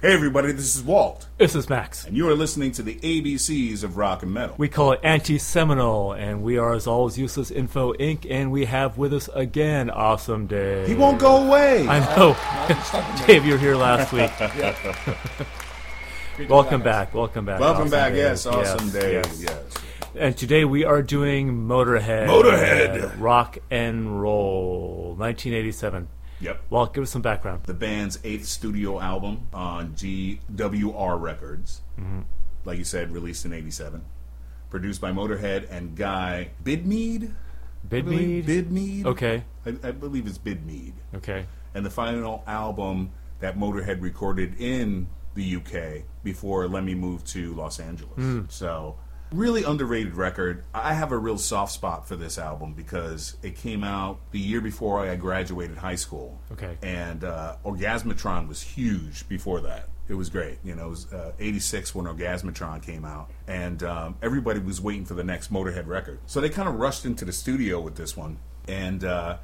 Hey everybody, this is Walt, This is Max. and you are listening to the ABCs of rock and metal. We call it Anti Seminole, and we are, as always, Useless Info Inc., and we have with us again Awesome Dave. He won't go away. I know. Dave, you were here last week. Welcome back. Welcome back. Welcome Awesome back. Dave. Yes, awesome Yes, day. yes. Yes. And today we are doing Motorhead. Motorhead. uh, rock and Roll, 1987. Yep. Walt, give us some background. The band's eighth studio album on GWR Records, Mm-hmm. like you said, released in '87, produced by Motorhead and Guy Bidmead. I believe? Bidmead? Bidmead. Okay. I, I believe it's Bidmead. Okay. and the final album that Motorhead recorded in the UK before Lemmy moved to Los Angeles. So, really underrated record. I have a real soft spot for this album because it came out the year before I graduated high school. Okay. And uh, Orgasmatron was huge before that. It was great. You know, it was uh, 86 when Orgasmatron came out, and um, everybody was waiting for the next Motorhead record. So they kind of rushed into the studio with this one. And uh,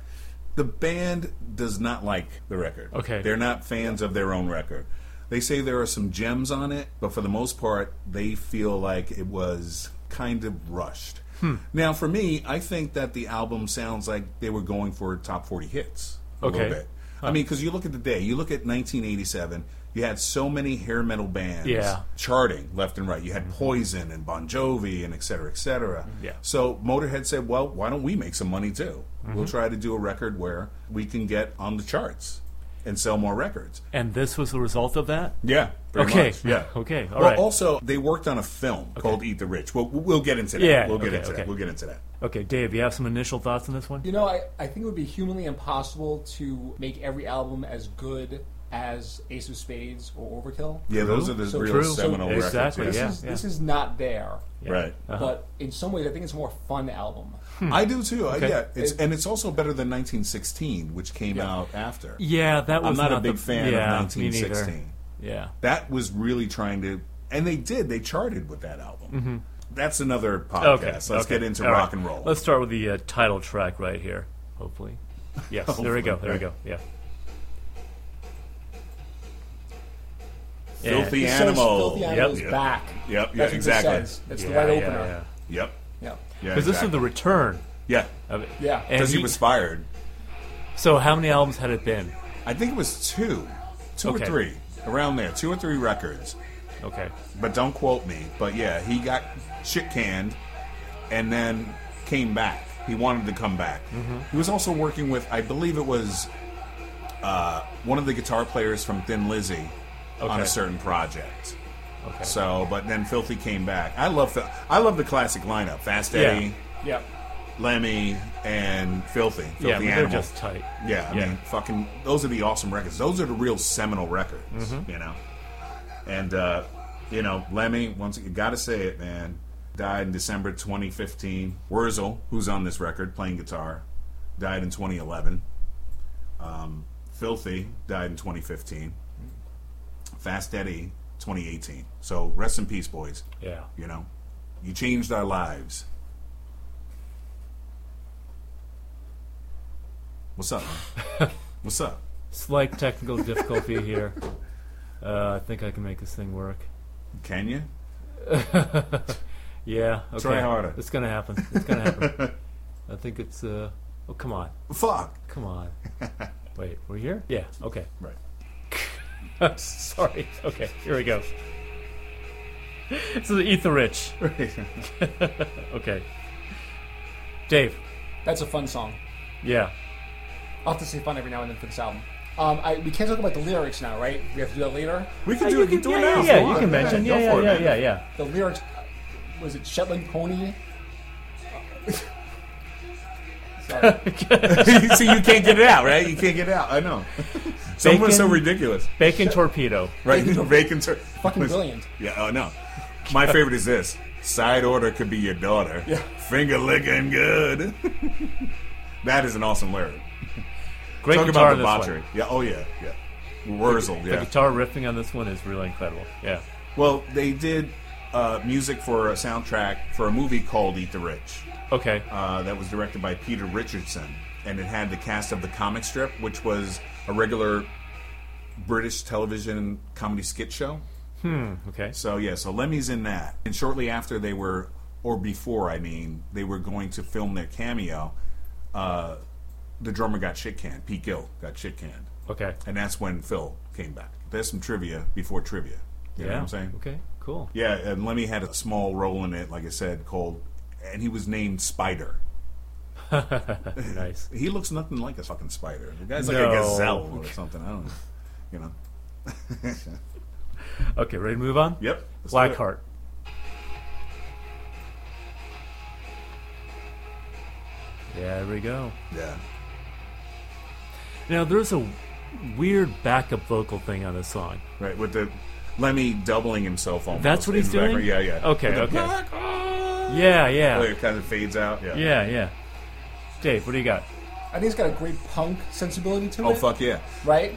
the band does not like the record. Okay. They're not fans of their own record. They say there are some gems on it, but for the most part, they feel like it was kind of rushed. Hmm. Now, for me, I think that the album sounds like they were going for top 40 hits a Okay. little bit. I mean, because you look at the day, you look at 1987, you had so many hair metal bands Yeah. charting left and right. You had Poison and Bon Jovi and et cetera, et cetera. Mm-hmm. Yeah. So Motorhead said, well, why don't we make some money too? Mm-hmm. We'll try to do a record where we can get on the charts and sell more records. And this was the result of that? Yeah. pretty Okay. much, Yeah. Okay, all well, right. also, they worked on a film called Eat the Rich. We'll, we'll get into that. Yeah, We'll get okay, into okay. that. We'll get into that. Okay, Dave, you have some initial thoughts on this one? You know, I, I think it would be humanly impossible to make every album as good as Ace of Spades or Overkill. Yeah, those are the So real true. seminal So- records. Exactly, This, yeah. Uh-huh. is, this is not there. Right. But in some ways, I think it's a more fun album. I do too. I- Hmm. Okay. yeah, it's, It- and it's also better than 1916, which came out after. Yeah, that was I'm not, a the- big fan yeah, of me neither. 1916. Yeah. That was really trying to, and they did. They charted with that album. That's another podcast. Mm-hmm. Okay. Let's okay. get into All rock right. and roll. Let's start with the uh, title track right here, hopefully. Yes, there we go. There we go. Yeah. Filthy It says animal. Filthy Animal is Yep. back. Yep, yeah, That's what this exactly. says. It's the Yeah, right yeah, opener. yeah. Yep. Yeah. Yeah. Because this is the exactly. return yeah. of it. Yeah. And Because he was fired. So how many albums had it been? I think it was two, two Okay. or three around there, two or three records. Okay. But don't quote me. But yeah, he got shit canned, and then came back. He wanted to come back. Mm-hmm. He was also working with, I believe it was, uh, one of the guitar players from Thin Lizzy on Okay. a certain project. Okay. So, but then Filthy came back. I love the I love the classic lineup: Fast Yeah. Eddie, Yeah. Lemmy, and Filthy. Filthy yeah, but they're Animal. just tight. Yeah, I Yeah. mean, fucking, those are the awesome records. Those are the real seminal records, you know. And uh, you know, Lemmy, once you gotta say it, man, died in December 2015. Wurzel, who's on this record playing guitar, died in 2011. Um, Filthy died in 2015. Fast Eddie, 2018. So rest in peace, boys. Yeah. You know, you changed our lives. What's up? man? What's up? Slight technical difficulty here. Uh, I think I can make this thing work. Can you? Yeah. Okay. Try harder. It's gonna happen. It's gonna happen. I think it's. Uh, oh, come on. Fuck. Come on. Wait, we're here? Yeah, okay. Right. Sorry. Okay, here we go. This is Ether Rich. okay. Dave. That's a fun song. Yeah. I'll have to say fun every now and then for this album. Um, I, we can't talk about the lyrics now, right? We have to do that later. We can Yeah, do Uh, you it. can, do yeah, it yeah, now. if yeah, want. you can mention. Yeah, go yeah, for it, yeah, man. yeah, yeah. The lyrics was it Shetland Pony? Sorry. See, you can't get it out, right? You can't get it out. I know. Someone's so Bacon- ridiculous, Bacon Torpedo. right? Bacon tur- Fucking brilliant. Yeah. Oh no. My favorite is this. Side order could be your daughter. Yeah. Finger licking good. that is an awesome lyric. Great Talk about guitar on this debauchery. one. Yeah. Oh yeah. Yeah. Wurzel. The Yeah. guitar riffing on this one is really incredible. Yeah. Well, they did uh, music for a soundtrack for a movie called Eat the Rich Okay. uh, that was directed by Peter Richardson, and it had the cast of the comic strip, which was a regular British television comedy skit show. Okay. So yeah, so Lemmy's in that, and shortly after they were, or before, I mean, they were going to film their cameo. Uh, the drummer got shit canned. Pete Gill got shit canned, Okay. and that's when Phil came back. There's some trivia before trivia. You know what I'm saying? Okay. Cool. Yeah, and Lemmy had a small role in it, like I said, called, and he was named Spider. nice. He looks nothing like a fucking spider. The guy's like a No. gazelle or something. I don't know. You know. Okay. Ready to move on? Yep. let's do it. Blackheart. There we go. Yeah. Now there's a weird backup vocal thing on this song. Right with the Lemmy doubling himself almost. That's what in he's the doing? background. Yeah, yeah. Okay, With the okay. Blackheart. Yeah, yeah, Oh, It kind of fades out. Yeah. yeah, yeah. Dave, what do you got? I think it's got a great punk sensibility to it. Oh fuck yeah! Right?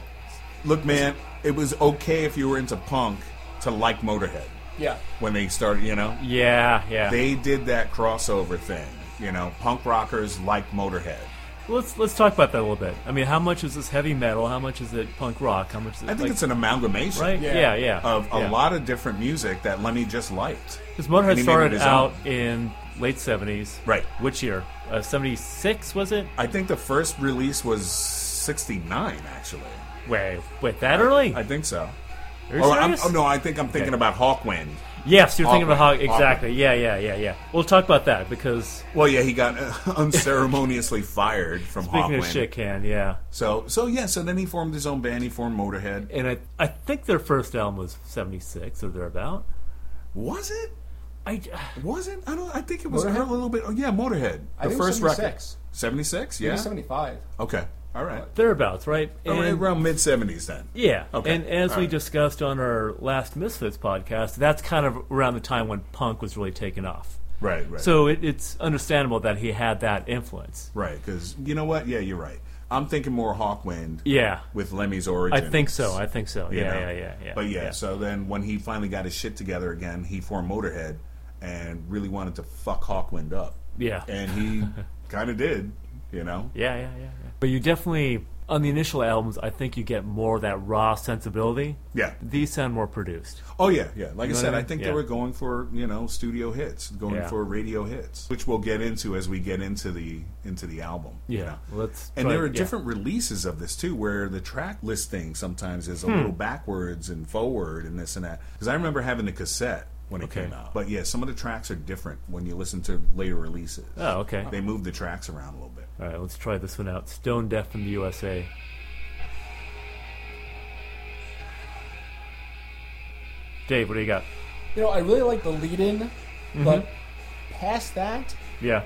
Look, man, it was okay if you were into punk to like Motorhead Yeah. when they started. You know, Yeah, yeah. they did that crossover thing. You know, punk rockers like Motorhead. let's let's talk about that a little bit. I mean, how much is this heavy metal? How much is it punk rock? How much is it? I think like, it's an amalgamation right. Yeah. Yeah, yeah. of a yeah. lot of different music that Lemmy just liked. Because And he Motorhead made it started his out own. in late seventies. Right. Which year? Uh, Seventy six was it? I think the first release was '69, actually. Wait, wait, that early? I think so. Are you Or I'm, serious? oh no, I think I'm thinking Okay. about Hawkwind. Yes, you're thinking about how Awkward, exactly. Yeah, yeah, yeah, yeah. We'll talk about that because Well, yeah, he got uh, unceremoniously fired from speaking Hawkwind. of shit can, yeah. So, so yeah, so then he formed his own band. He formed Motorhead. And I I think their first album was 76 or thereabout. Was it? I Was it? I don't. I think it was Motorhead? a little bit. Oh yeah, Motorhead. I The think it was first record. 76. Seventy six. Maybe Yeah. 75. Okay. All right. thereabouts, Oh, right? Around- And- Around mid seventies then. yeah. Okay, And as all we right. discussed on our last Misfits podcast, that's kind of around the time when punk was really taken off. Right. Right. So it, it's understandable that he had that influence. Right, because you know what? Yeah, you're right. I'm thinking more Hawkwind Yeah. with Lemmy's origin. I think so. I think so. you Yeah, know? yeah, yeah, yeah. But yeah, so then when he finally got his shit together again, he formed Motorhead and really wanted to fuck Hawkwind up. Yeah. And he kind of did, you know? Yeah, yeah, yeah, yeah. But you definitely on the initial albums, I think you get more of that raw sensibility. Yeah. These sound more produced. Oh, yeah, yeah. Like I know said, I, what I mean? think Yeah. they were going for, you know, studio hits, going Yeah. for radio hits, which we'll get into as we get into the into the album. you Yeah, know? let's And try- there are yeah. different releases of this too, where the track listing sometimes is a Hmm. little backwards and forward and this and that. Because I remember having the cassette when it Okay. came out, but yeah, some of the tracks are different when you listen to later releases. Oh, okay. They move the tracks around a little bit. All right, let's try this one out. Stone Deaf from the USA. Dave, what do you got? You know, I really like the lead in, Mm-hmm. but past that, Yeah.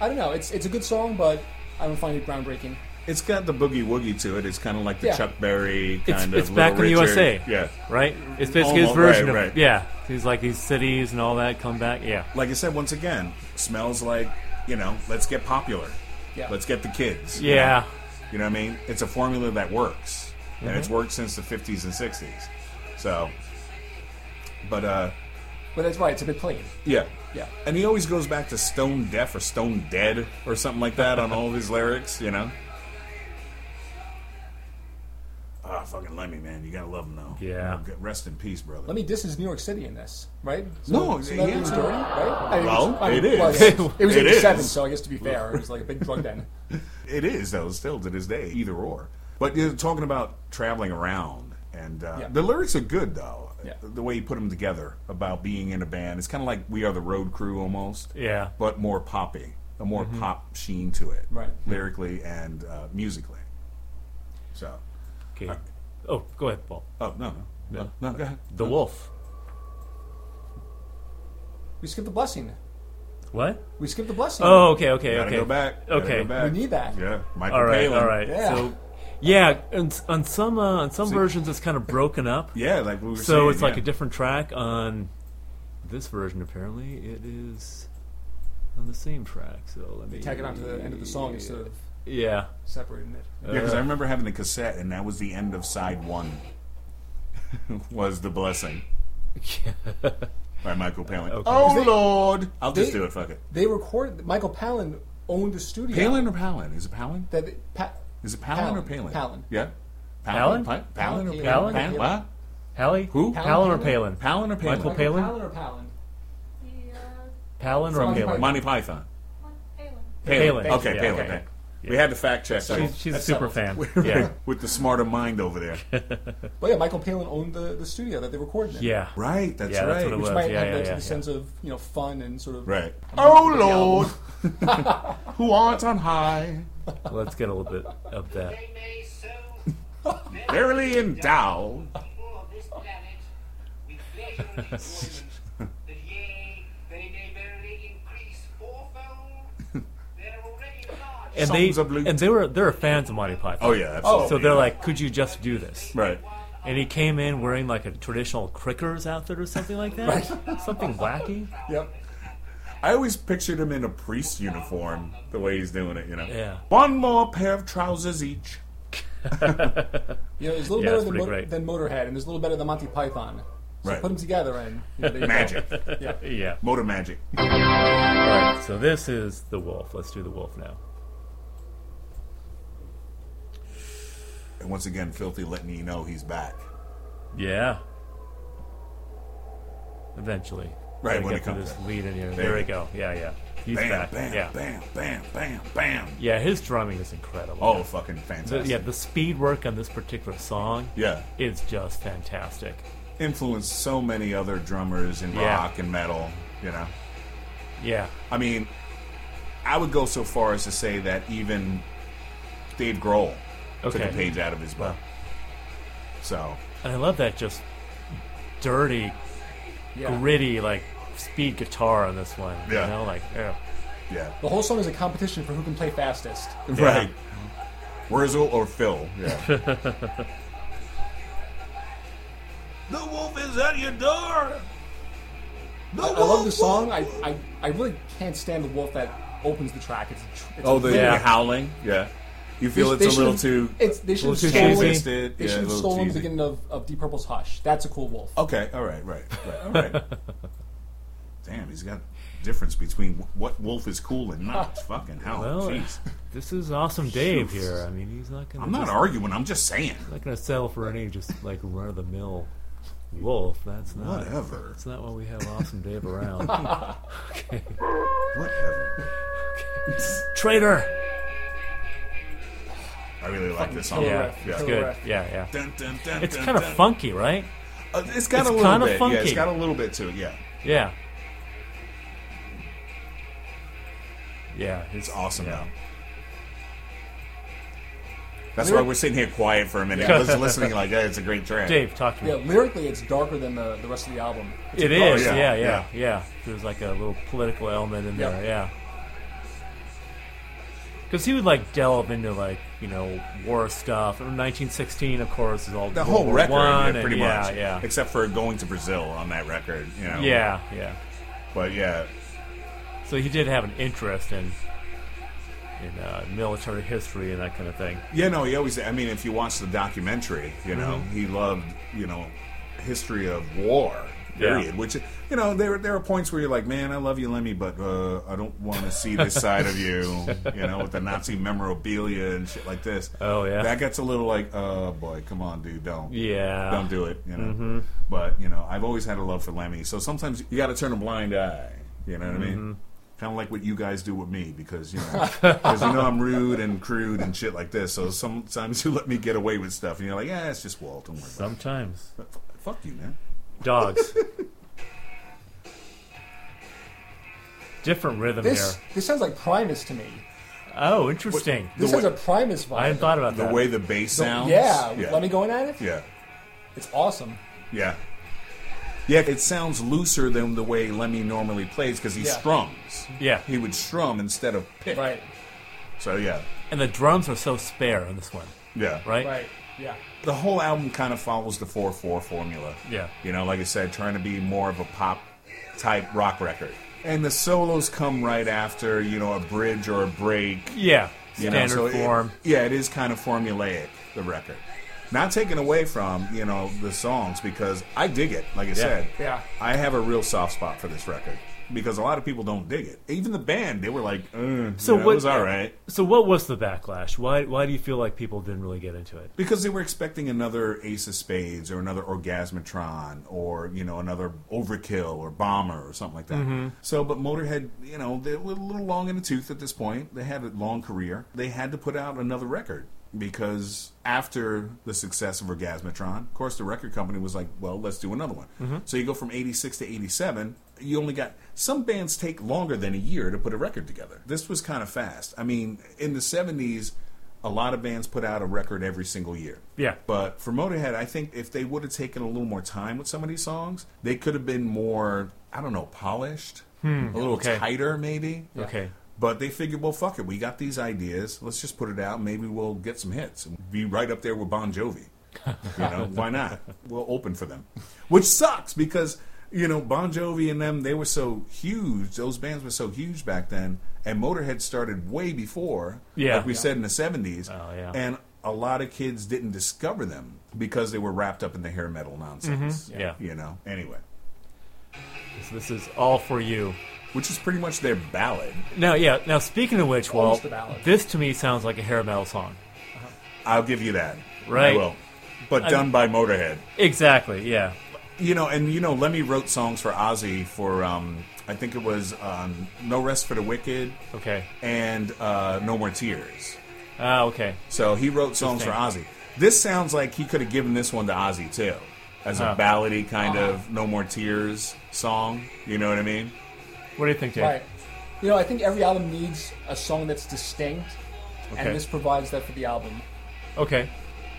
I don't know. It's it's a good song, but I don't find it groundbreaking. It's got the boogie woogie to it. It's kind of like the Yeah. Chuck Berry kind It's- of. it's Little back in the Richard. USA. Yeah. Right? It's basically his Almost- version right, of right. Yeah. He's like these cities and all that come back. Yeah. Like I said, once again, smells like you know. Let's get popular. Yeah. Let's get the kids. you know? Yeah. You know what I mean? It's a formula that works, and Mm-hmm. it's worked since the 50s and 60s. So, but uh, But that's right. It's a bit plain. yeah, Yeah. And he always goes back to stone deaf or stone dead or something like that on all of his lyrics. You know? Ah, fucking Lemmy, man, you gotta love him though. Yeah. Rest in peace, brother. Let me diss is New York City in this, right? No, so that yeah. means dirty, right? I mean, Well, it's- I mean, it is. well, yeah. it was It 87, is. so I guess to be fair, it was like a big drug den. It is though, still to this day, either or. But you're talking about traveling around, and uh, Yeah. the lyrics are good though. Yeah. The way you put them together about being in a band, it's kind of like we are the road crew almost. Yeah. Mm-hmm. But more poppy, a more pop sheen to it, Right. Lyrically and uh, musically. So, Okay. Oh, go ahead, Paul. oh no, no, no, no, go ahead. The Wolf. We skipped the blessing. What? We skipped the blessing. Oh, okay, okay, Gotta okay. go back. Gotta Okay. go back. We need that. Yeah, Michael All right, Palin. all right. Yeah. So, yeah, and s- on some uh, on some versions it's kind of broken up. Yeah, like we were So saying, it's like yeah. a different track on this version. Apparently, it is on the same track. So let me Tack it on to the end of the song instead of Yeah. separating it. Yeah, Uh. because I remember having the cassette, and that was the end of side one. was the blessing by Michael Palin? Oh Lord! I'll just they- do it. Fuck it. They recorded. Michael Palin owned the studio. Palin or Palin? Is it Palin? That pa- Is it Palin, or Palin? Palin, Palin. Yeah. Palin? Palin? Palin? Palin? or Palin? Palin? What? Hallie? Who? Palin or Palin? Palin? Palin or Palin? Michael Michael Palin? Palin or Palin? Palin or Someone- Palin? Monty Python. Palin. Okay, Yeah, Palin. okay. Palin. We had to fact check that She's, she's a That's super fan. Yeah. with the smarter mind over there. But yeah, Michael Palin owned the, the studio that they recorded in. Yeah. Right, that's right. Yeah, that's what it Which was. might Yeah, have yeah, led to yeah, the yeah. sense of, you know, fun and sort of Right. Oh Lord, album. who art on high, Let's get a little bit of that. verily endowed. And they Songs of Blue- and they were they were fans of Monty Python. Oh yeah, absolutely. So they're like, could you just do this? right. And he came in wearing like a traditional crickers outfit or something like that. Something wacky. Yep. I always pictured him in a priest uniform, the way he's doing it. You know. Yeah. One more pair of trousers each. You know, it's a little Yeah, better it's than, pretty Mo- great. than Motorhead, and it's a little better than Monty Python. So Right. put them together and you know, there you go. Magic. Yeah. Motor magic. All right. So this is the wolf. Let's do the wolf now. And once again, Filthy letting you know he's back. Yeah. Eventually. Right, Gotta when get it to comes this up. lead in here. There, There. we go. Yeah, yeah. He's Bam, back. bam, yeah. bam, bam, bam, bam. Yeah, his drumming is incredible. Oh, fucking The- fantastic. yeah, the speed work on this particular song yeah. is just fantastic. Influenced so many other drummers in Yeah. rock and metal. You know. Yeah. I mean, I would go so far as to say that even Dave Grohl took Okay. a page out of his book. So, And I love that just dirty, Yeah. gritty, like speed guitar on this one. Yeah. You know, like, yeah. yeah. The whole song is a competition for who can play fastest. Right. Wurzel or Phil. Yeah. the wolf is at your door. The I love the song. I, I, I really can't stand the wolf that opens the track. It's, a tr- it's Oh, the, Yeah. the howling. Yeah. You They- feel they it's a little should've- too. It's, they should have little too stolen, cheesy. Twisted, They yeah, a should have little stolen the cheesy. beginning of, of Deep Purple's Hush. That's a cool wolf. Okay. All right. Right. Right. All right. Damn, he's got difference between wh- what wolf is cool and not. Fucking hell. Well, uh, Jeez. this is awesome Dave here. I mean, he's not going to. I'm not arguing. I'm just saying. not going to sell for any just like run of the mill wolf. That's not. Whatever. That's not why we have awesome Dave around. okay. Whatever. Traitor. I really like this song. killer Yeah, riff, Yeah. it's killer good. riff. Yeah, yeah. Dun, dun, dun, It's dun, kind of dun. funky, right? Uh, it's got It's a little kinda bit. Yeah, it's funky. got a little bit to it. Yeah. Yeah. Yeah, it's It's awesome Yeah. though. That's why we're sitting here quiet for a minute. I was listening like, hey, it's a great track. Dave, talk to me. Yeah, lyrically, it's darker than the, the rest of the album. It Oh, is, yeah, yeah, yeah, yeah. yeah, There's like a little political element in Yeah. there, yeah. Because he would like delve into like you know war stuff. And 1916, of course, is all The World whole War record, One, yeah, pretty and, much. Yeah, yeah, Except for going to Brazil on that record, you know. yeah, yeah. But yeah, So he did have an interest in in uh, military history and that kind of thing. Yeah, no, he always. I mean, if you watch the documentary, you know, Mm-hmm. he loved, you know, history of war. Period. Yeah. Which, you know, there there are points where you're like, man, I love you, Lemmy, but uh, I don't want to see this side of you, you know, with the Nazi memorabilia and shit like this. Oh, yeah. that gets a little like, oh boy, come on, dude, don't, Yeah. don't do it, you know. Mm-hmm. But you know, I've always had a love for Lemmy, so sometimes you got to turn a blind eye. You know what I Mm-hmm. mean? Kind of like what you guys do with me, because you know, 'cause you know I'm rude and crude and shit like this. So sometimes you let me get away with stuff, and you're like, yeah, it's just Walt. Don't worry about Sometimes it. F- Fuck you, man. dogs. Different rhythm This here. this sounds like Primus to me. Oh, interesting. This The has way- a Primus vibe. I hadn't thought about The that. way the bass sounds. Yeah, yeah, let me go in at it. Yeah, It's awesome. yeah, yeah. It sounds looser than the way Lemmy normally plays because he Yeah. strums. Yeah. he would strum instead of pick. Right, So yeah, And the drums are so spare on this one, yeah, right? right, yeah. the whole album kind of follows the 4-4 formula. Yeah. You know, like I said, trying to be more of a pop type rock record. And the solos come right after, you know, a bridge or a break. Yeah. You Standard know, so it- form. yeah, it is kind of formulaic, the record. Not taken away from you know the songs because I dig it. Like I said, Yeah. I have a real soft spot for this record because a lot of people don't dig it. Even the band, they were like, "Uh, So you know, what- it was all right So what was the backlash? Why why do you feel like people didn't really get into it? because they were expecting another Ace of Spades or another Orgasmatron or you know another Overkill or Bomber or something like that. So, but Motorhead, you know, they were a little long in the tooth at this point. They had a long career. They had to put out another record because after the success of Orgasmatron, of course, the record company was like, "Well, let's do another one." So you go from '86 to '87. You only got some bands take longer than a year to put a record together. This was kind of fast. I mean, in the '70s a lot of bands put out a record every single year. Yeah. But for Motorhead, I think if they would have taken a little more time with some of these songs, they could have been more, I don't know, polished, a little Hmm, Okay. tighter maybe. Okay. But they figured, well, fuck it, we got these ideas. Let's just put it out. Maybe we'll get some hits and be right up there with Bon Jovi. You know, why not? We'll open for them, which sucks because you know Bon Jovi and them they were so huge. Those bands were so huge back then, and Motorhead started way before. Yeah. like we Yeah. said in the seventies. Oh, yeah. and a lot of kids didn't discover them because they were wrapped up in the hair metal nonsense. Mm-hmm. Yeah. you know. Anyway, So this is all for you. which is pretty much their ballad. Now yeah, now speaking of which, well Almost a ballad. this to me sounds like a hair metal song. I'll give you that. Right. I will. But done by Motorhead. Exactly, yeah. You know, and you know, Lemmy wrote songs for Ozzy for um, I think it was um, No Rest for the Wicked Okay. and uh, No More Tears. Ah, okay. So he wrote songs for Ozzy. This sounds like he could have given this one to Ozzy too, as a Huh. ballady kind Uh-huh. of No More Tears song. You know what I mean? What do you think, Jake? Right. You know, I think every album needs a song that's distinct, Okay. and this provides that for the album. Okay.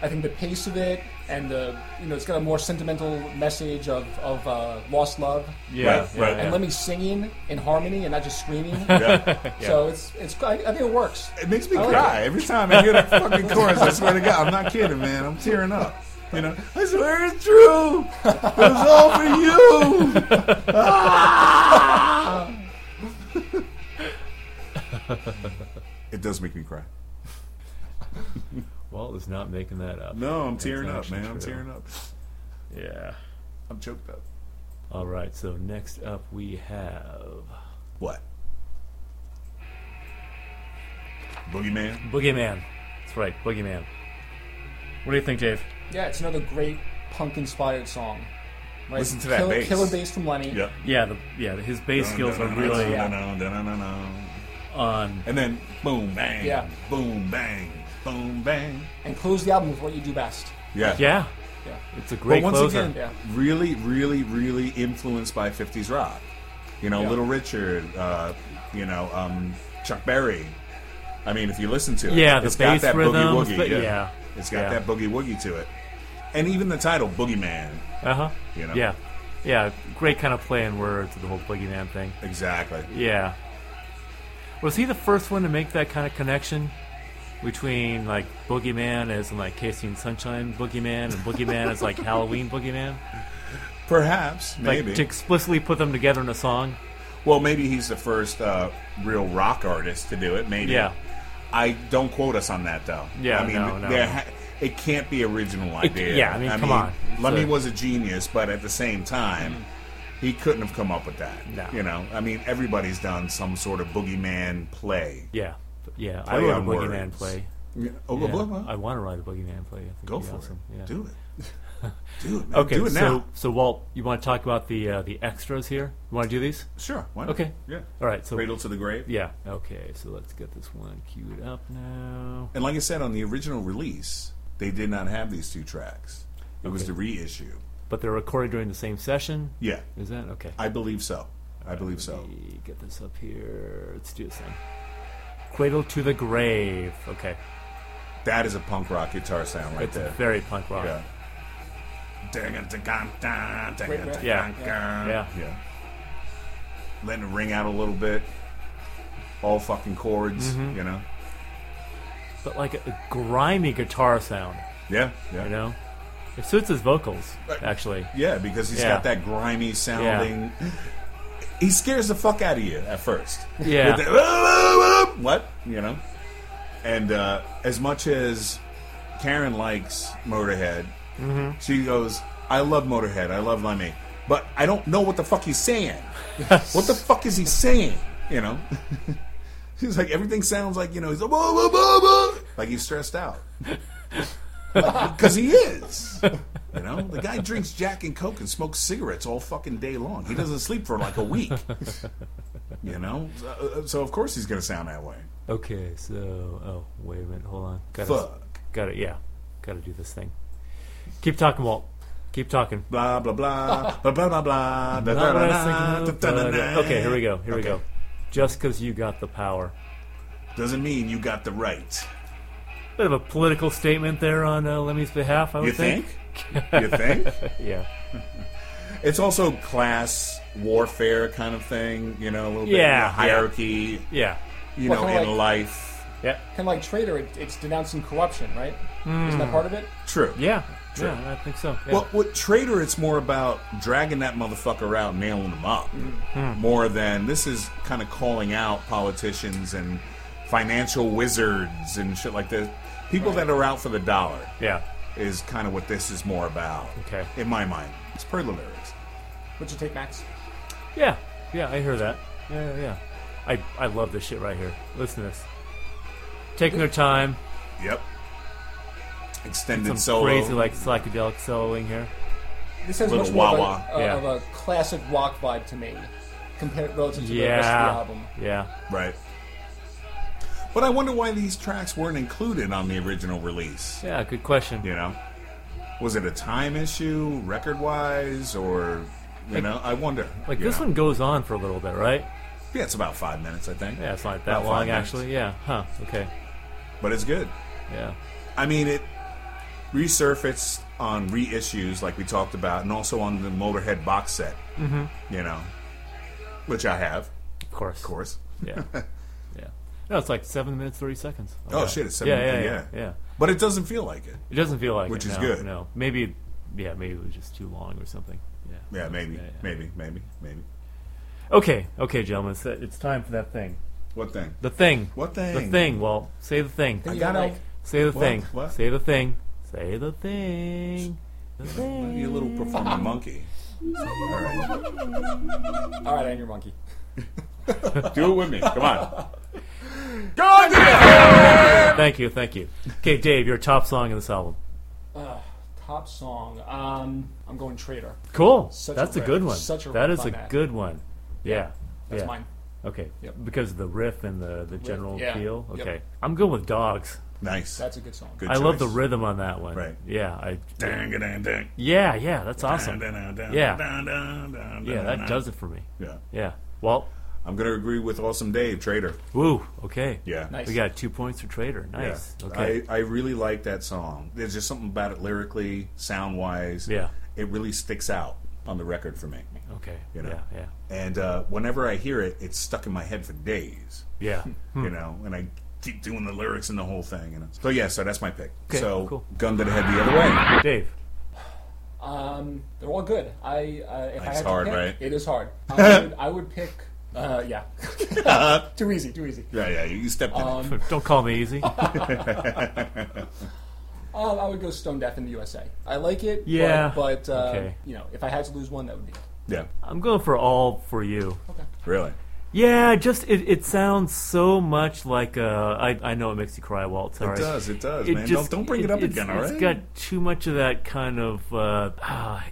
I think the pace of it and the you know it's got a more sentimental message of of uh, lost love Yeah. Right, yeah, right. yeah. and Lemmy singing in harmony and not just screaming. Yeah. So it's it's I, I think it works. it makes me I like cry every time I hear that fucking chorus. I swear to God, I'm not kidding, man. I'm tearing up. You know, I swear it's true. It was all for you. it does make me cry. Walt is not making that up. No, I'm That's tearing up, actually man. I'm true. tearing up. Yeah. I'm choked up. All right. So next up we have What? Boogeyman? Boogeyman. That's right, Boogeyman. What do you think, Dave? Yeah, it's another great punk inspired song. Right? Listen to that Kill- bass. Killer bass from Lenny. Yep. Yeah, the yeah, his bass skills are really yeah. on. And then boom, bang. Yeah. Boom, bang. Boom, bang. And close the album with what you do best. Yeah. Yeah, Yeah. it's a But great once closer. again, Yeah. really, really, really influenced by 50s rock. You know, Yeah. Little Richard, uh, you know, um, Chuck Berry. I mean, if you listen to it, Yeah, the it's bass got that rhythms, boogie woogie. but- yeah. yeah. It's got Yeah. that boogie woogie to it. And even the title, Boogeyman. uh huh. You know? Yeah, yeah, great kind of play in words, the whole Boogeyman thing. Exactly. Yeah. Was he the first one to make that kind of connection between like Boogeyman as in like Casey and Sunshine Boogeyman and Boogeyman as like Halloween Boogeyman? Perhaps, Like maybe. to explicitly put them together in a song? Well, maybe he's the first uh, real rock artist to do it. Maybe. Yeah. I don't quote us on that though. Yeah, I mean, no, no. there ha- it can't be original It- idea. yeah, I mean, come on. It's Lemmy a- was a genius, but at the same time, he couldn't have come up with that. No. You know, I mean, everybody's done some sort of boogeyman play. Yeah, yeah. I Play wrote a on Boogeyman words. play. Yeah. Oh, Yeah. blah, blah, blah. I want to write a Boogeyman play. I think Go it'd be for awesome. it. Yeah. Do it. Do it, man. Okay, Do it now. so so Walt, you want to talk about the uh, the extras here? You want to do these? sure. Why not? Okay. Yeah. All right, so Cradle to the grave. yeah, okay, so let's get this one queued up now. And like I said, on the original release, they did not have these two tracks. It was Okay. the reissue. But they're recorded during the same session. Yeah, Is that okay? I believe so. I believe so. Let me get this up here. Let's do this thing. Cradle to the grave. Okay, That is a punk rock guitar sound right it's there. very punk rock. Yeah. Yeah. Yeah. riff. Yeah. Yeah. yeah. Letting it ring out a little bit. All fucking chords, Mm-hmm. you know? But like a, a grimy guitar sound, Yeah, yeah. you know. It suits his vocals, Right. actually. Yeah, because he's Yeah. got that grimy sounding. He scares the fuck out of you at first. Yeah. With the, what? You know? And uh, as much as Karen likes Motorhead. She goes, I love Motorhead. I love Lemmy. But I don't know what the fuck he's saying. what the fuck is he saying? You know? he's like, everything sounds like, you know, he's like, blah, blah, blah, blah. Like he's stressed out. Because he is. You know? The guy drinks Jack and Coke and smokes cigarettes all fucking day long. He doesn't sleep for like a week. You know? Uh, So, so of course he's going to sound that way. Okay, so oh wait a minute, hold on. Gotta, Fuck. Gotta yeah, gotta do this thing. Keep talking, Walt. Keep talking. blah blah blah blah blah blah blah. da, da, Not what I was da, thinking, da, da, da, but- da. okay, here we go. Here we Okay. go. Just because you got the power. Doesn't mean you got the right. Bit of a political statement there on uh, Lemmy's behalf, I would You think? you think? Yeah. It's also class warfare kind of thing. You know, a little bit Yeah, you know, yeah. hierarchy. Yeah. You Well, know, kinda in like- life. Yeah. Kind of like traitor, it, it's denouncing corruption, right? Isn't Hmm. that part of it? True. Yeah. True. Yeah, I think so. Yeah. Well, with Trader, it's more about dragging that motherfucker out, nailing him up, Hmm. more than this is kind of calling out politicians and financial wizards and shit like this. People that are out for the dollar. yeah. is kind of what this is more about. Okay. In my mind, it's per the lyrics. What'd you take, Max? Yeah. Yeah, I hear that. Yeah, yeah, yeah. I, I love this shit right here. Listen to this. Taking their time. Yep. Extended Some solo. crazy, like, psychedelic soloing here. This has Little much more wah-wah. Of, a, uh, Yeah. of a classic rock vibe to me, compared relative to the rest of the Yeah. album. Yeah. right. But I wonder why these tracks weren't included on the original release. Yeah, good question. You know, was it a time issue, record-wise, or you know? I wonder. Like, you this know. one goes on for a little bit, right? Yeah, it's about five minutes, I think. Yeah, it's not that About five long, minutes. actually. Yeah. Huh. Okay. But it's good. Yeah. I mean, it resurfaced on reissues, like we talked about, and also on the Motorhead box set. Mm-hmm. You know, which I have, Of course. of course. Yeah. yeah. No, it's like seven minutes thirty seconds. Oh, yeah. shit, it's seven- Yeah, yeah, yeah. yeah, yeah. But it doesn't feel like it. It doesn't feel like Which it, is no, good. No, maybe. Yeah, maybe it was just too long or something. Yeah. Yeah, maybe, Yeah, yeah. maybe, maybe, maybe. Okay. Okay, gentlemen. It's, it's time for that thing. What thing? The thing. What The thing? thing. Well, say the thing. I You got like- it. Say the What? thing. What? Say the thing. Say the thing. The thing. You little performing monkey. All right, All right, Angry Monkey. do it with me. Come on. Thank you. Thank you. Okay, Dave, your top song in this album. Top song. Um, I'm going Traitor. Cool. Such a That's a, riff. good one. Such a that riff is on a that. good one. Yeah. That's Yeah. mine. Okay. Yep. Because of the riff and the, the general yeah. feel. Yep. Okay. I'm good with dogs. Nice. That's a good song. Good I love the choice. rhythm on that one. Right. Yeah. I. Dang, dang, dang. Yeah. Yeah. That's awesome. Dun, dun, dun, Yeah. dun, dun, dun, Yeah. dun, That dun. does it for me. Yeah. Yeah. Well. I'm gonna agree with Awesome Dave Trader. Woo. Okay. Yeah. Nice. We got two points for Trader. Nice. Yeah. Okay. I, I really like that song. There's just something about it lyrically, sound wise. Yeah. It really sticks out on the record for me. okay. You know. Yeah. Yeah. And uh, whenever I hear it, it's stuck in my head for days, Yeah. you know, and I keep doing the lyrics and the whole thing. And it's- so, yeah, so that's my pick. Okay, so, cool. gun to the head the other way. Dave. Um, they're all good. I uh, if I It's had hard, to pick, right? It is hard. I would, I would pick. Uh, yeah. too easy. Too easy. Yeah, yeah, you you stepped in. it. Um, Don't call me easy. um, I would go Stone Deaf in the USA. I like it. Yeah. But, but uh, Okay. you know, if I had to lose one, that would be. it. yeah, I'm going for all for you. Okay. really. Yeah, just it, it sounds so much like uh, I I know it makes you cry, Walt. Sorry. It does, it does, It man. just- don't, don't bring it, up it's- again, all right? It's got too much of that kind of uh, ah,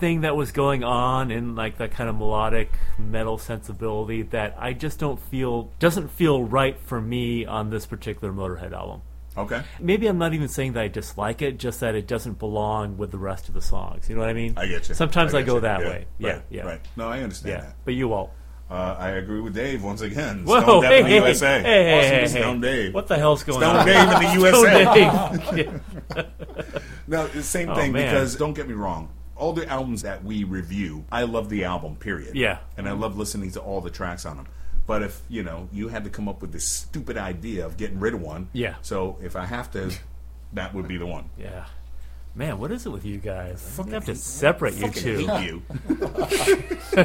thing that was going on in like that kind of melodic metal sensibility that I just don't feel doesn't feel right for me on this particular Motorhead album. okay, Maybe I'm not even saying that I dislike it, just that it doesn't belong with the rest of the songs. You know what I mean? I get you. Sometimes I, get go you. that Yeah, way. Yeah, right, yeah, Right. No, I yeah. understand that. But you Walt. Uh, I agree with Dave once again. Whoa, Stone Deaf hey, in the hey, USA. hey, hey, Awesome hey, hey. Stone Dave. What the hell's going Stone on? Dave in the USA. Stone Dave. No, it's the same Oh, thing man. because don't get me wrong. All the albums that we review, I love the album, period. Yeah. And I love listening to all the tracks on them. But if, you know, you had to come up with this stupid idea of getting rid of one. Yeah. So if I have to, that would be the one. yeah. Man, what is it with you guys? I'm gonna have to hate- separate you Fucking two. hate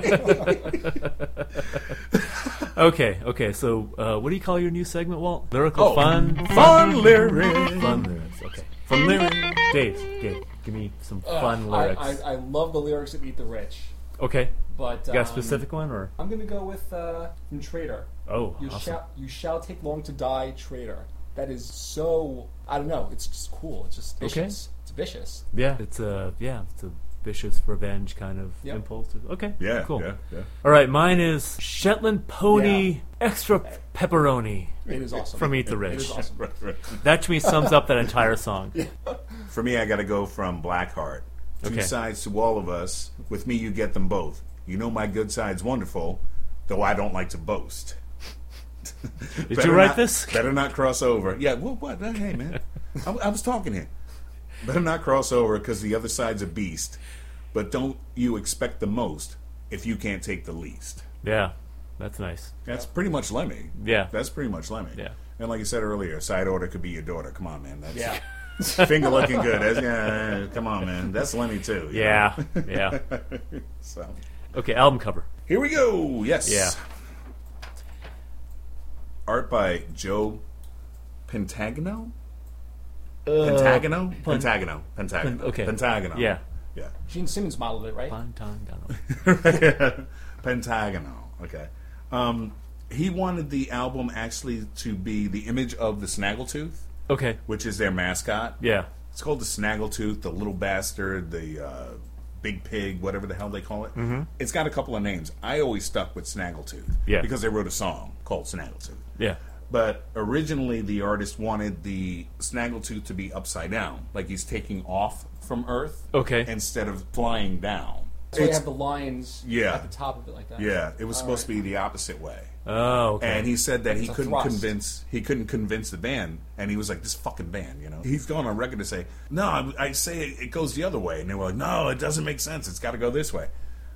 you. Okay, okay. So, uh, what do you call your new segment, Walt? Lyrical Oh. fun, Fun lyrics. fun lyrics. Okay. From lyrics, Dave, Dave, give me some fun Uh, I- lyrics. I, I love the lyrics of Eat the Rich, okay, but you got a um, specific one or I'm gonna go with uh, from Traitor. oh, You awesome. shall you shall take long to die, Traitor. That is so I don't know. It's just cool. It's just vicious. It's vicious. yeah, it's a yeah, it's a vicious revenge kind of Yep. impulse. Okay, Yeah, cool. yeah, yeah. All right, mine is Shetland Pony Extra Pepperoni It is awesome. from Eat the it Rich. is awesome. Right, right. That to me sums up that entire song. For me, I got to go from Blackheart. Two Okay. sides to all of us. With me, you get them both. You know my good side's wonderful, though I don't like to boast. Did Better you write not- this? Better not cross over. Yeah, well, what? Hey, man. I, I was talking here. Better not cross over because the other side's a beast. But don't you expect the most if you can't take the least. Yeah, that's nice. That's pretty much Lemmy. Yeah. That's pretty much Lemmy. Yeah. And like you said earlier, side order could be your daughter. Come on, man. That's Yeah. finger looking good. That's, yeah, yeah, come on, man. That's Lemmy too. you Yeah, yeah. know? So Okay, album cover. here we go. Yes. Yeah. Art by Joe Pentagano. Pentagano. Pentagano. Pentagano. okay. Pentagano. Yeah. Yeah. Gene Simmons modeled it, right? Pantangano. Pentagonal. Okay. Um, he wanted the album actually to be the image of the Snaggletooth, Okay. which is their mascot. Yeah. It's called the Snaggletooth, the Little Bastard, the uh, Big Pig, whatever the hell they call it. Mm-hmm. It's got a couple of names. I always stuck with Snaggletooth Yeah. because they wrote a song called Snaggletooth. Yeah. But originally, the artist wanted the Snaggletooth to be upside down, like he's taking off from Earth, Okay. instead of flying down. So you It's- have the lines Yeah. at the top of it like that. yeah, it was supposed to be the opposite way. Oh, okay. And he said that he a couldn't thrust. convince he couldn't convince the band, and he was like, "This fucking band," you know. He's gone on record to say, "No, I, I say it, it goes the other way," and they were like, "No, it doesn't make sense. It's got to go this way."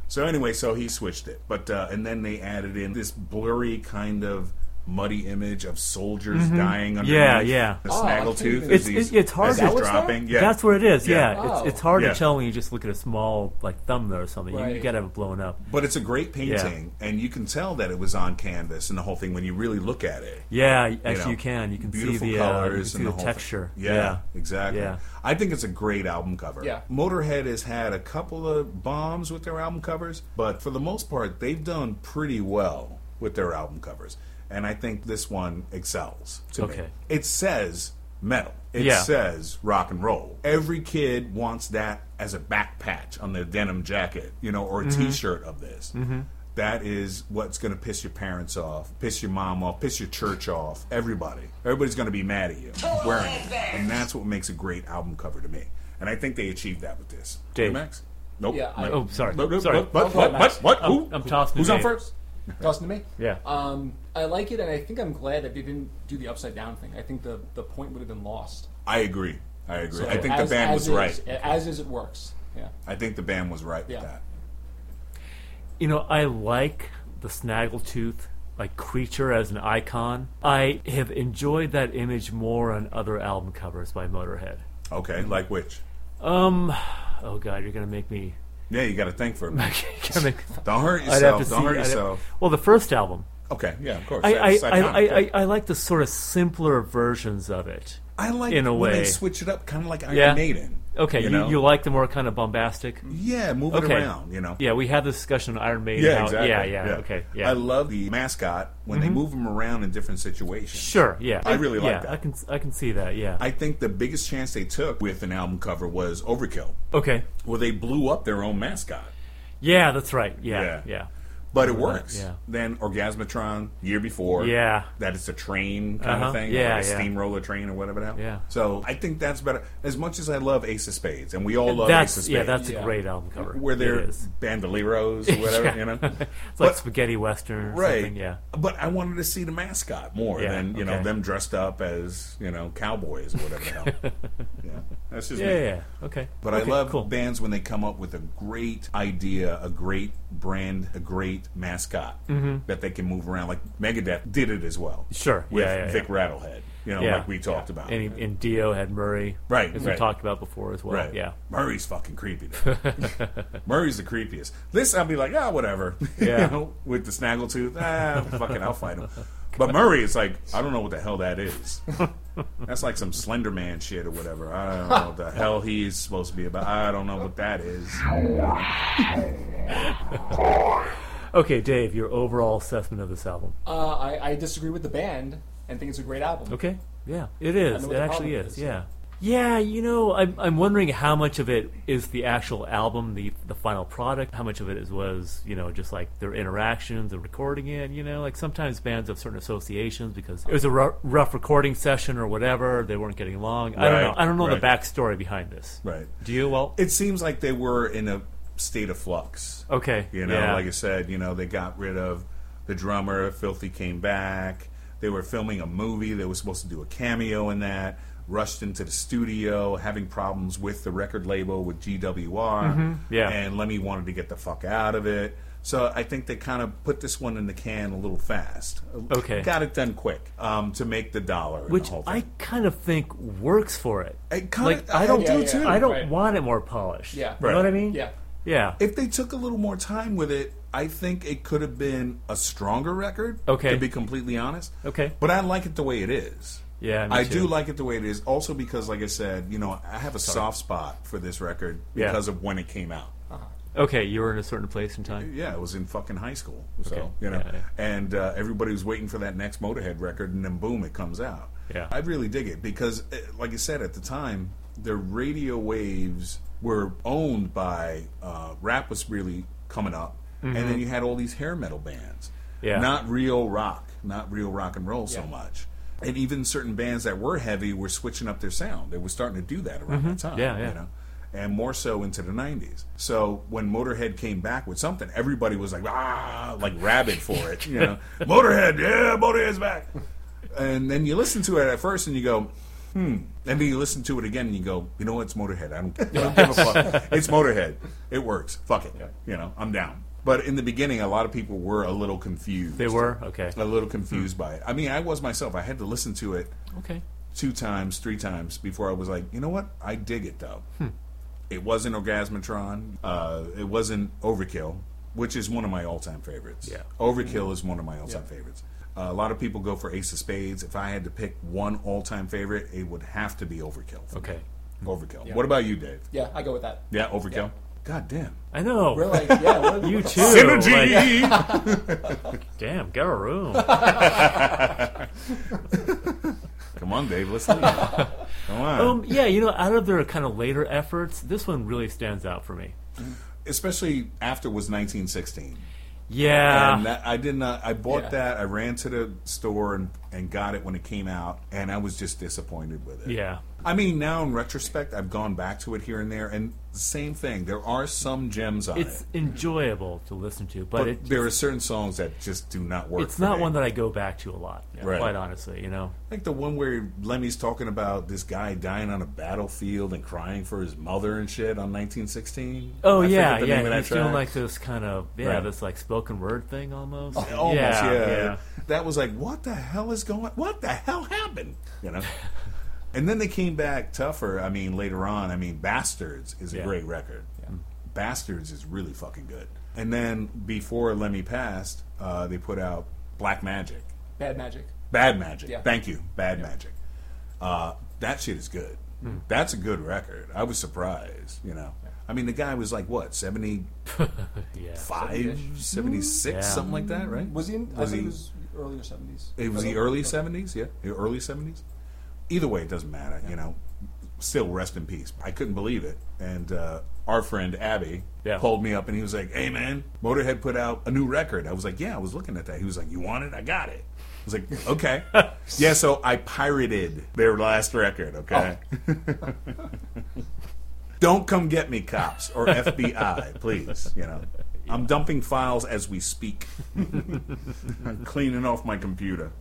So anyway, so he switched it, but uh, and then they added in this blurry kind of muddy image of soldiers dying underneath. Mm-hmm. Yeah, yeah. The Oh, I can't snaggletooth. even- as It's- he's- it- it's hard as to- he's That was there? dropping. Yeah, That's where it is. Yeah. Yeah, Oh. it's, it's hard Yeah. to tell when you just look at a small like thumbnail or something. You- You, Right. gotta have it blown up. But it's a great painting, and you can tell that it was on canvas and the whole thing when you really look at it. Yeah, actually, know, you can. You can see beautiful the uh, you can colors see and the, whole thing. texture. Yeah, exactly. Yeah. I think it's a great album cover. Yeah. Motorhead has had a couple of bombs with their album covers, but for the most part, they've done pretty well with their album covers, and I think this one excels. To me. Okay. it says metal. It Yeah. says rock and roll. Every kid wants that as a back patch on their denim jacket, you know, or a shirt of this. That is what's going to piss your parents off, piss your mom off, piss your church off, everybody. Everybody's going to be mad at you wearing it. And that's what makes a great album cover to me. And I think they achieved that with this. Dave. Max? Nope. Yeah, I- Nope. Oh, sorry. Nope, nope, sorry. What? What? Okay, What? what, Max. what? I'm- Who? I'm tossing Who's to on Dave. first? Tossing to me? Yeah. Um, I like it, and I think I'm glad that they didn't do the upside down thing. I think the, the point would have been lost. I agree. I agree. So I think as- the band as was is- right. As is, it works. Yeah. I think the band was right Yeah. with that. You know, I like the snaggletooth like creature as an icon. I have enjoyed that image more on other album covers by Motorhead. Okay, like which? Um, oh god, you're gonna make me. Yeah, you got to think for a minute. you're gonna make- Don't hurt I'd have to yourself. Don't see- hurt I'd have- yourself. well, the first album, Okay, yeah, of course. I I, That's I, I, iconic. I, I like the sort of simpler versions of it. I like in a when way. they switch it up, kind of like Iron Yeah. Maiden. Okay, you, know? you, like the more kind of bombastic. yeah, move it Okay. around, you know. Yeah, we had this discussion on Iron Maiden. yeah, how- exactly. Yeah, yeah, okay, yeah. Mm-hmm. I love the mascot when they move him around in different situations. sure, yeah. I really like yeah, that. I can I can see that. Yeah. I think the biggest chance they took with an album cover was Overkill, okay. where they blew up their own mascot. Yeah, that's right. Yeah, Yeah. yeah. Yeah. But it works. yeah. Then Orgasmatron, year before. Yeah. That it's a train kind Uh-huh. of thing. Yeah, Like a yeah. steamroller train or whatever the hell. Yeah. So I think that's better. As much as I love Ace of Spades, and we all love Ace of That's Spades. yeah, that's Yeah. a great album cover. where it they're is. bandoleros or whatever, Yeah. you know. It's like But- spaghetti western, or right. Something. Yeah. But I wanted to see the mascot more Yeah, than you know okay. them dressed up as you know cowboys or whatever. the hell. Yeah, that's just Yeah, me. yeah, yeah. Okay. But I Okay, love cool. bands when they come up with a great idea, a great brand, a great mascot Mm-hmm. that they can move around. Like Megadeth did it as well. Sure. With yeah, yeah, Vic yeah. Rattlehead, you know, Yeah. like we talked about. And, he- and Dio had Murray, Right, As right. we talked about before as well. Right. Yeah. Murray's fucking creepy. though. Murray's the creepiest. This I'll be like, ah, whatever. Yeah. you know, with the snaggletooth, ah, fucking, I'll fight him. But Murray is like, I don't know what the hell that is. That's like some Slender Man shit or whatever. I don't know what the hell he's supposed to be about. I don't know what that is. Okay, Dave, your overall assessment of this album. Uh, I, I disagree with the band and think it's a great album. Okay. Yeah, it is. know It what the actually problem is. is. Yeah. Yeah, you know, I'm I'm wondering how much of it is the actual album, the the final product. How much of it is was you know just like their interactions and recording it. You know, like sometimes bands have certain associations because it was a rough, rough recording session or whatever. They weren't getting along. I don't Right, know. I don't know the right. backstory behind this. Right. Do you? Well, It seems like they were in a state of flux. okay. You know, yeah. like I said, you know, they got rid of the drummer. Filthy came back. They were filming a movie. They were supposed to do a cameo in that. Rushed into the studio, having problems with the record label with GWR. Mm-hmm. yeah. And Lemmy wanted to get the fuck out of it. So I think they kind of put this one in the can a little fast. Okay. Got it done quick um, to make the dollar. and which the whole I thing. kind of think works for it. It kinda- I don't do, Yeah, yeah. too. I don't Right. want it more polished. Yeah. You know what I Right. mean? Yeah. Yeah. if they took a little more time with it, I think it could have been a stronger record. Okay. To be completely honest. Okay. But I like it the way it is. Yeah, me I too. do like it the way it is. Also because, like I said, you know, I have a soft spot for this record Yeah. because of when it came out. Okay, you were in a certain place in time. Yeah, it was in fucking high school. So Okay. you know, Yeah, yeah. and uh, everybody was waiting for that next Motorhead record, and then boom, it comes out. Yeah. I really dig it because, eh, like I said at the time, the radio waves were owned by uh, rap was really coming up, and then you had all these hair metal bands. Mm-hmm. Yeah. not real rock, not real rock and roll so Yeah. much. And even certain bands that were heavy were switching up their sound. They were starting to do that around Mm-hmm. that time. Yeah, yeah. You know? and more so into the 90s. So when Motorhead came back with something, everybody was like, ah, like rabid for it. You know, Motorhead, yeah, Motorhead's back. And then you listen to it at first and you go, hmm. And then you listen to it again and you go, you know what, it's Motorhead. I don't, I don't give a fuck. It's Motorhead. It works. Fuck it. You know, I'm down. But in the beginning, a lot of people were a little confused. They were? Okay. Hmm. A little confused by it. I mean, I was myself. I had to listen to it Okay. two times, three times before I was like, you know what? I dig it though. Hmm. It wasn't Orgasmatron. Uh, it wasn't Overkill, which is one of my all-time favorites. Yeah. Mm-hmm. Overkill is one of my all-time favorites. Uh, a lot of people go for Ace of Spades. If I had to pick one all-time favorite, it would have to be Overkill. for me. Okay. Overkill. What about you, Dave? Yeah, I go with that. Yeah, Overkill. God damn. I know. We're like, yeah, what- You what the too. fuck? Like, Synergy. damn, get a room. Come on, Dave. Let's leave. Come on. um, yeah, you know, out of their kind of later efforts, this one really stands out for me. Especially after was 1916. Yeah. and that, I did not. I bought Yeah. that. I ran to the store and, and got it when it came out, and I was just disappointed with it. yeah. I mean, now in retrospect, I've gone back to it here and there, and same thing. There are some gems on It's it, enjoyable to listen to, but, but it, there are certain songs that just do not work. it's for not me. one that I go back to a lot, Right. quite honestly, you know? I think the one where Lemmy's talking about this guy dying on a battlefield and crying for his mother and shit on 1916. Oh, I forget yeah, the yeah. name of that He's doing track. like this kind of, yeah, Right. this like spoken word thing almost. Almost, yeah, yeah. That was like, what the hell is going? What the hell happened? You know. and then they came back tougher. I mean, later on, I mean, Bastards is a Yeah. great record. Mm. Bastards is really fucking good. And then before Lemmy passed, uh, they put out Black Magic, Bad Magic. Bad Magic. Yeah. Thank you, Bad Magic. Uh, that shit is good. That's a good record. I was surprised. You know. I mean, the guy was like what seventy Yeah. five, seventy six, Yeah. something like that, right? Was he in? Was I he- think it was earlier 70s. it was Okay. the early seventies, yeah, the early seventies. Either way, it doesn't matter. You know, still rest in peace. I couldn't believe it, and uh, our friend Abby Yeah. pulled me up and he was like, "Hey, man, Motorhead put out a new record." I was like, "Yeah, I was looking at that." He was like, "You want it? I got it." I was like, "Okay, yeah." So I pirated their last record. Okay. Oh. Don't come get me, cops or FBI, please. You know, I'm dumping files as we speak. I'm cleaning off my computer.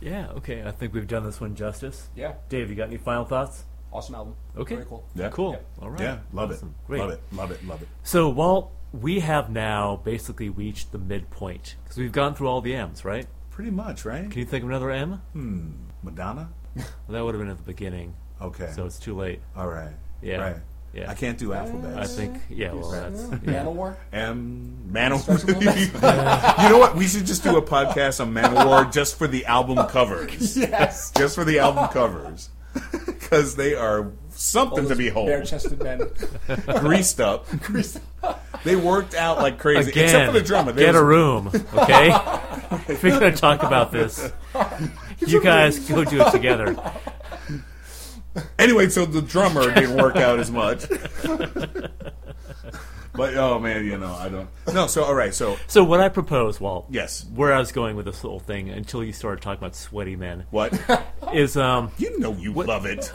Yeah, okay. I think we've done this one justice. Yeah. Dave, you got any final thoughts? Awesome album. Okay. Very cool. Yeah. Cool. Yeah. All right. Yeah, love Awesome. it. Great. Love it. Love it. Love it. So, Walt, we have now basically reached the midpoint because we've gone through all the M's, right? Pretty much, right? Can you think of another M? Madonna? Well, that would have been at the beginning, Okay. so it's too late. All right. Yeah. Right. Yeah. I can't do I alphabets. think yeah. Well, that's yeah. Manowar? M Manowar. Special you know what? We should just do a podcast on Manowar just for the album covers. Yes. Just for the album covers, because they are something to Bare behold. chested men. Greased up. They worked out like crazy, except Again, for the drummer. They get a was- room, okay? if you're gonna talk about this, you guys go do it together. Anyway, so the drummer didn't work out as much. but oh man, you know I don't. No, so all right, so So what I propose, Walt, yes, where I was going with this whole thing until you started talking about sweaty men, what is um, you know you love it.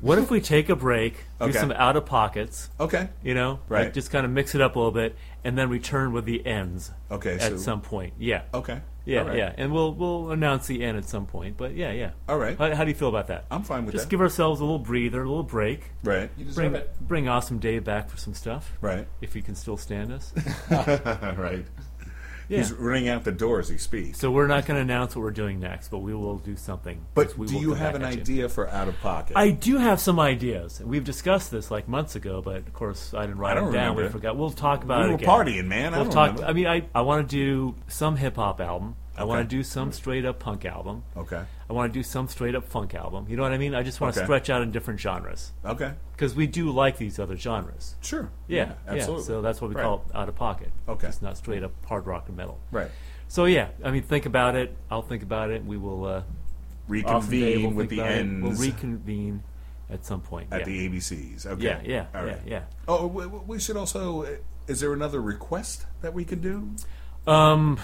what if we take a break, do Okay. some out of pockets, Okay, you know, Right. Like, just kind of mix it up a little bit, and then return with the ends okay, at so Oh, some point. Yeah, okay, yeah, all right. yeah, and we'll we'll announce the end at some point. But yeah, yeah. All right. How, how do you feel about that? I'm fine with just that. give ourselves a little breather, a little break. right, You deserve Bring it. bring Awesome Dave back for some stuff. right, If he can still stand us. right. Yeah. He's running out the door as he speaks. so we're not going to announce what we're doing next, but we will do something. But 'cause we do will you come have back an at you. idea for out of pocket? I do have some ideas. We've discussed this like months ago, but of course I didn't write I don't them down. remember. We forgot. We'll talk about we it were again. partying, man. I We'll don't talk. remember. I mean, I, I want to do some hip hop album. I want Okay. to do some straight up punk album. okay, I want to do some straight up funk album. You know what I mean? I just want to Okay. stretch out in different genres okay, because we do like these other genres. sure, Yeah, yeah. absolutely. So that's what we Right. call it out of pocket. Okay. It's not straight up hard rock and metal. right. So yeah, I mean, think about it. I'll think about it. We will uh, off the day, Reconvene we'll with think the about it. ends We'll reconvene at some point. at yeah. the ABCs. Okay, yeah, yeah, all right. yeah, Oh, we, we- we should also. uh, Is there another request that we could do? yeah. Um,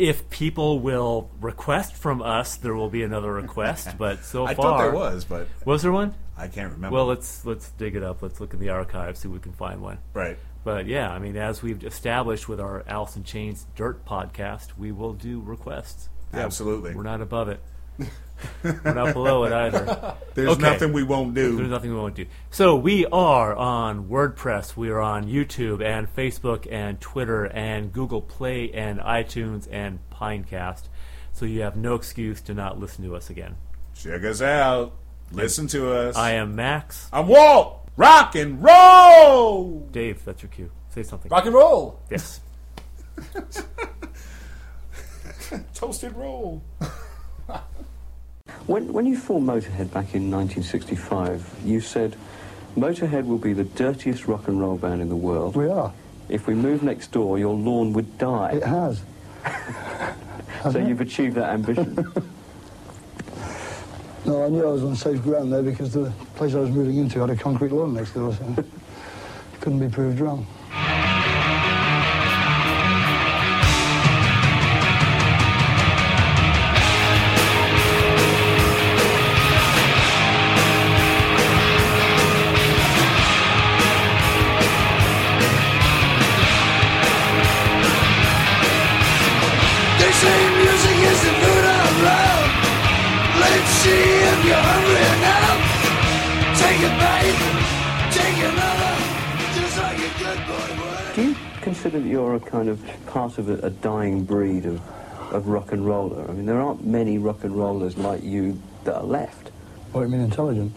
if people will request from us, there will be another request. But so I far, thought there was, but Was there one? I can't remember. Well, let's let's dig it up. Let's look in the archives, see if we can find one. right. But yeah, I mean, as we've established with our Alice in Chains Dirt podcast, we will do requests. Absolutely. We're not above it. We're not below it either. There's Okay. nothing we won't There's do. nothing we won't do. So we are on WordPress. We are on YouTube and Facebook and Twitter and Google Play and iTunes and Pinecast. So you have no excuse to not listen to us again. Check us out. Listen to us. I am Max. I'm Walt. Rock and roll. Dave, that's your cue. Say something. Rock and roll! Yes. Toasted roll. When, when you formed Motorhead back in 1965, you said Motorhead will be the dirtiest rock and roll band in the world. We are. If we move next door, your lawn would die. It has. so you've achieved that ambition. No, I knew I was on safe ground there because the place I was moving into had a concrete lawn next door, so couldn't be proved wrong. They say music is the food of love. Let's see if you're hungry enough. Take a bite, take another, just like a good boy would. Do you consider that you're a kind of part of a, a dying breed of, of rock and roller? I mean, there aren't many rock and rollers like you that are left. What do you mean intelligent?